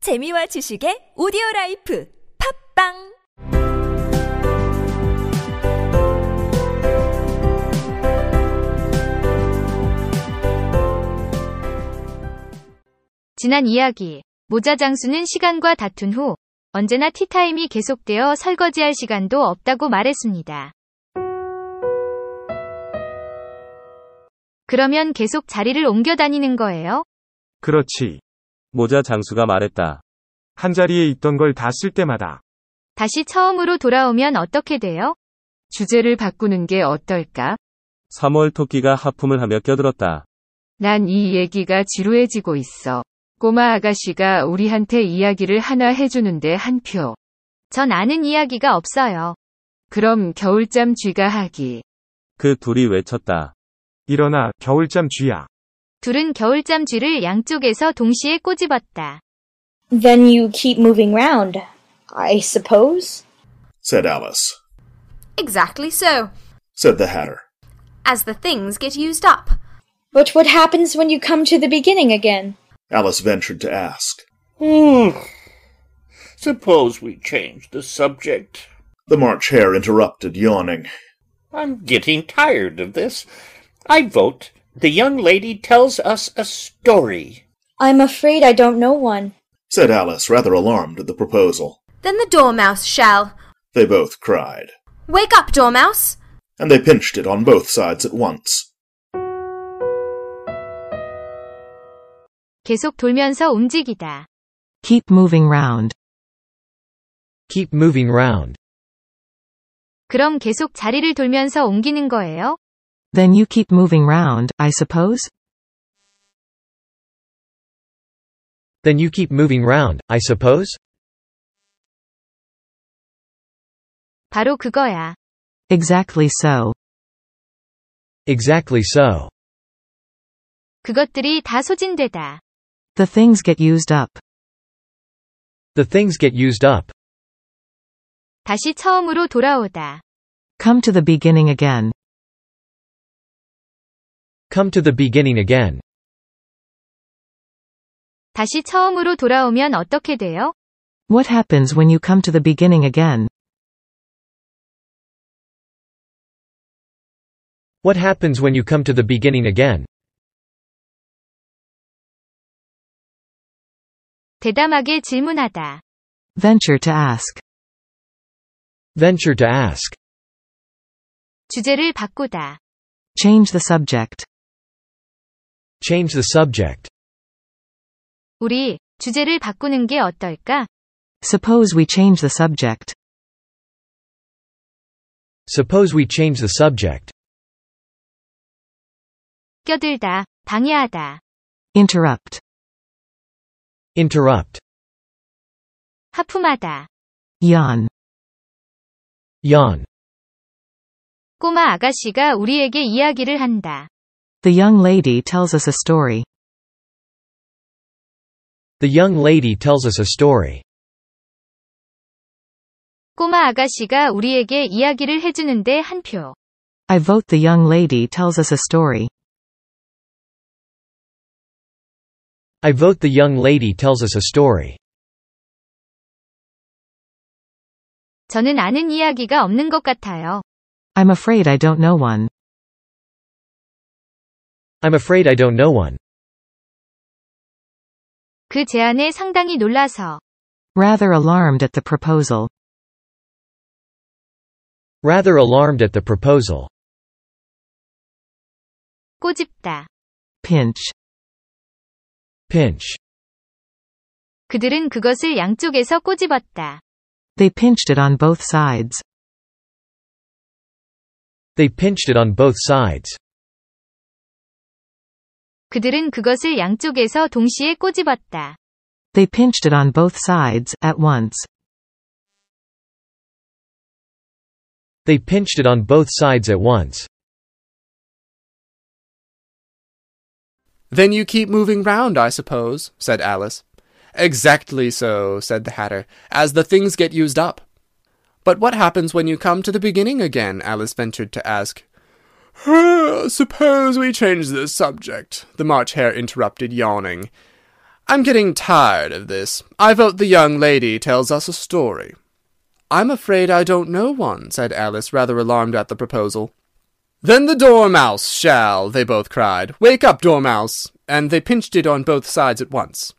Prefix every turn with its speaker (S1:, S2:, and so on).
S1: 재미와 지식의 오디오 라이프 팝빵
S2: 지난 이야기. 모자 장수는 시간과 다툰 후 언제나 티타임이 계속되어 설거지할 시간도 없다고 말했습니다. 그러면 계속 자리를 옮겨 다니는 거예요?
S3: 그렇지.
S4: 모자 장수가 말했다.
S3: 한 자리에 있던 걸 다 쓸 때마다.
S2: 다시 처음으로 돌아오면 어떻게 돼요?
S5: 주제를 바꾸는 게 어떨까?
S4: 3월 토끼가 하품을 하며 껴들었다.
S5: 난 이 얘기가 지루해지고 있어. 꼬마 아가씨가 우리한테 이야기를 하나 해주는데 한 표.
S2: 전 아는 이야기가 없어요.
S5: 그럼 겨울잠 쥐가 하기.
S4: 그 둘이 외쳤다.
S3: 일어나, 겨울잠 쥐야.
S2: 둘은 겨울잠 쥐를 양쪽에서 동시에 꼬집었다.
S6: Then you keep moving round, I suppose.
S7: said Alice,
S8: Exactly so,
S7: said the Hatter.
S8: as the things get used up.
S6: But what happens when you come to the beginning again?
S7: Alice ventured to ask.
S9: Hmm. Suppose we change the subject.
S7: The March Hare interrupted, yawning.
S9: I'm getting tired of this. I vote the young lady tells us a story.
S6: I'm afraid I don't know one.
S7: Said Alice, rather alarmed at the proposal.
S8: Then the Dormouse shall.
S7: They both cried,
S8: Wake up, Dormouse!
S7: and they pinched it on both sides at once.
S2: 계속 돌면서 움직이다.
S10: Keep moving round.
S11: Keep moving round.
S2: 그럼 계속 자리를 돌면서 옮기는 거예요?
S10: Then you keep moving round, I suppose?
S11: Then you keep moving round, I suppose?
S2: 바로 그거야.
S10: Exactly so.
S11: Exactly so.
S2: 그것들이 다 소진되다.
S10: The things get used up.
S11: The things get used up.
S2: 다시 처음으로 돌아오다.
S10: Come to the beginning again.
S11: Come to the beginning again.
S2: 다시 처음으로 돌아오면 어떻게 돼요?
S10: What happens when you come to the beginning again?
S11: What happens when you come to the beginning again?
S2: 대담하게 질문하다.
S10: Venture to ask.
S11: Venture to ask.
S2: 주제를 바꾸다.
S10: Change the subject.
S11: Change the subject.
S2: 우리 주제를 바꾸는 게 어떨까?
S10: Suppose we change the subject.
S11: Suppose we change the subject.
S2: 껴들다. 방해하다.
S10: Interrupt.
S11: Interrupt.
S2: 하품하다.
S10: Yawn.
S11: Yawn.
S2: 꼬마 아가씨가 우리에게 이야기를 한다.
S10: The young lady tells us a story.
S11: The young lady tells us a story.
S2: 꼬마 아가씨가 우리에게 이야기를 해주는데 한 표.
S10: I vote the young lady tells us a story.
S11: I vote the young lady tells us a story.
S2: 저는 아는 이야기가 없는 것 같아요.
S10: I'm afraid I don't know one.
S11: I'm afraid I don't know one.
S2: 그 제안에 상당히 놀라서.
S10: Rather alarmed at the proposal.
S11: Rather alarmed at the proposal.
S2: 꼬집다.
S10: Pinch.
S11: Pinch.
S2: 그들은 그것을 양쪽에서 꼬집었다.
S10: They pinched it on both sides.
S11: They pinched it on both sides.
S2: 그들은 그것을 양쪽에서 동시에 꼬집었다.
S10: They pinched it on both sides, at once.
S11: They pinched it on both sides at once.
S12: Then you keep moving round, I suppose, said Alice. Exactly so, said the Hatter, as the things get used up. But what happens when you come to the beginning again? Alice ventured to ask. "Huh, Suppose we change the subject, the March Hare interrupted, yawning. I'm getting tired of this. I vote the young lady tells us a story. I'm afraid I don't know one, said Alice, rather alarmed at the proposal. Then the Dormouse shall, they both cried. Wake up, Dormouse! And they pinched it on both sides at once.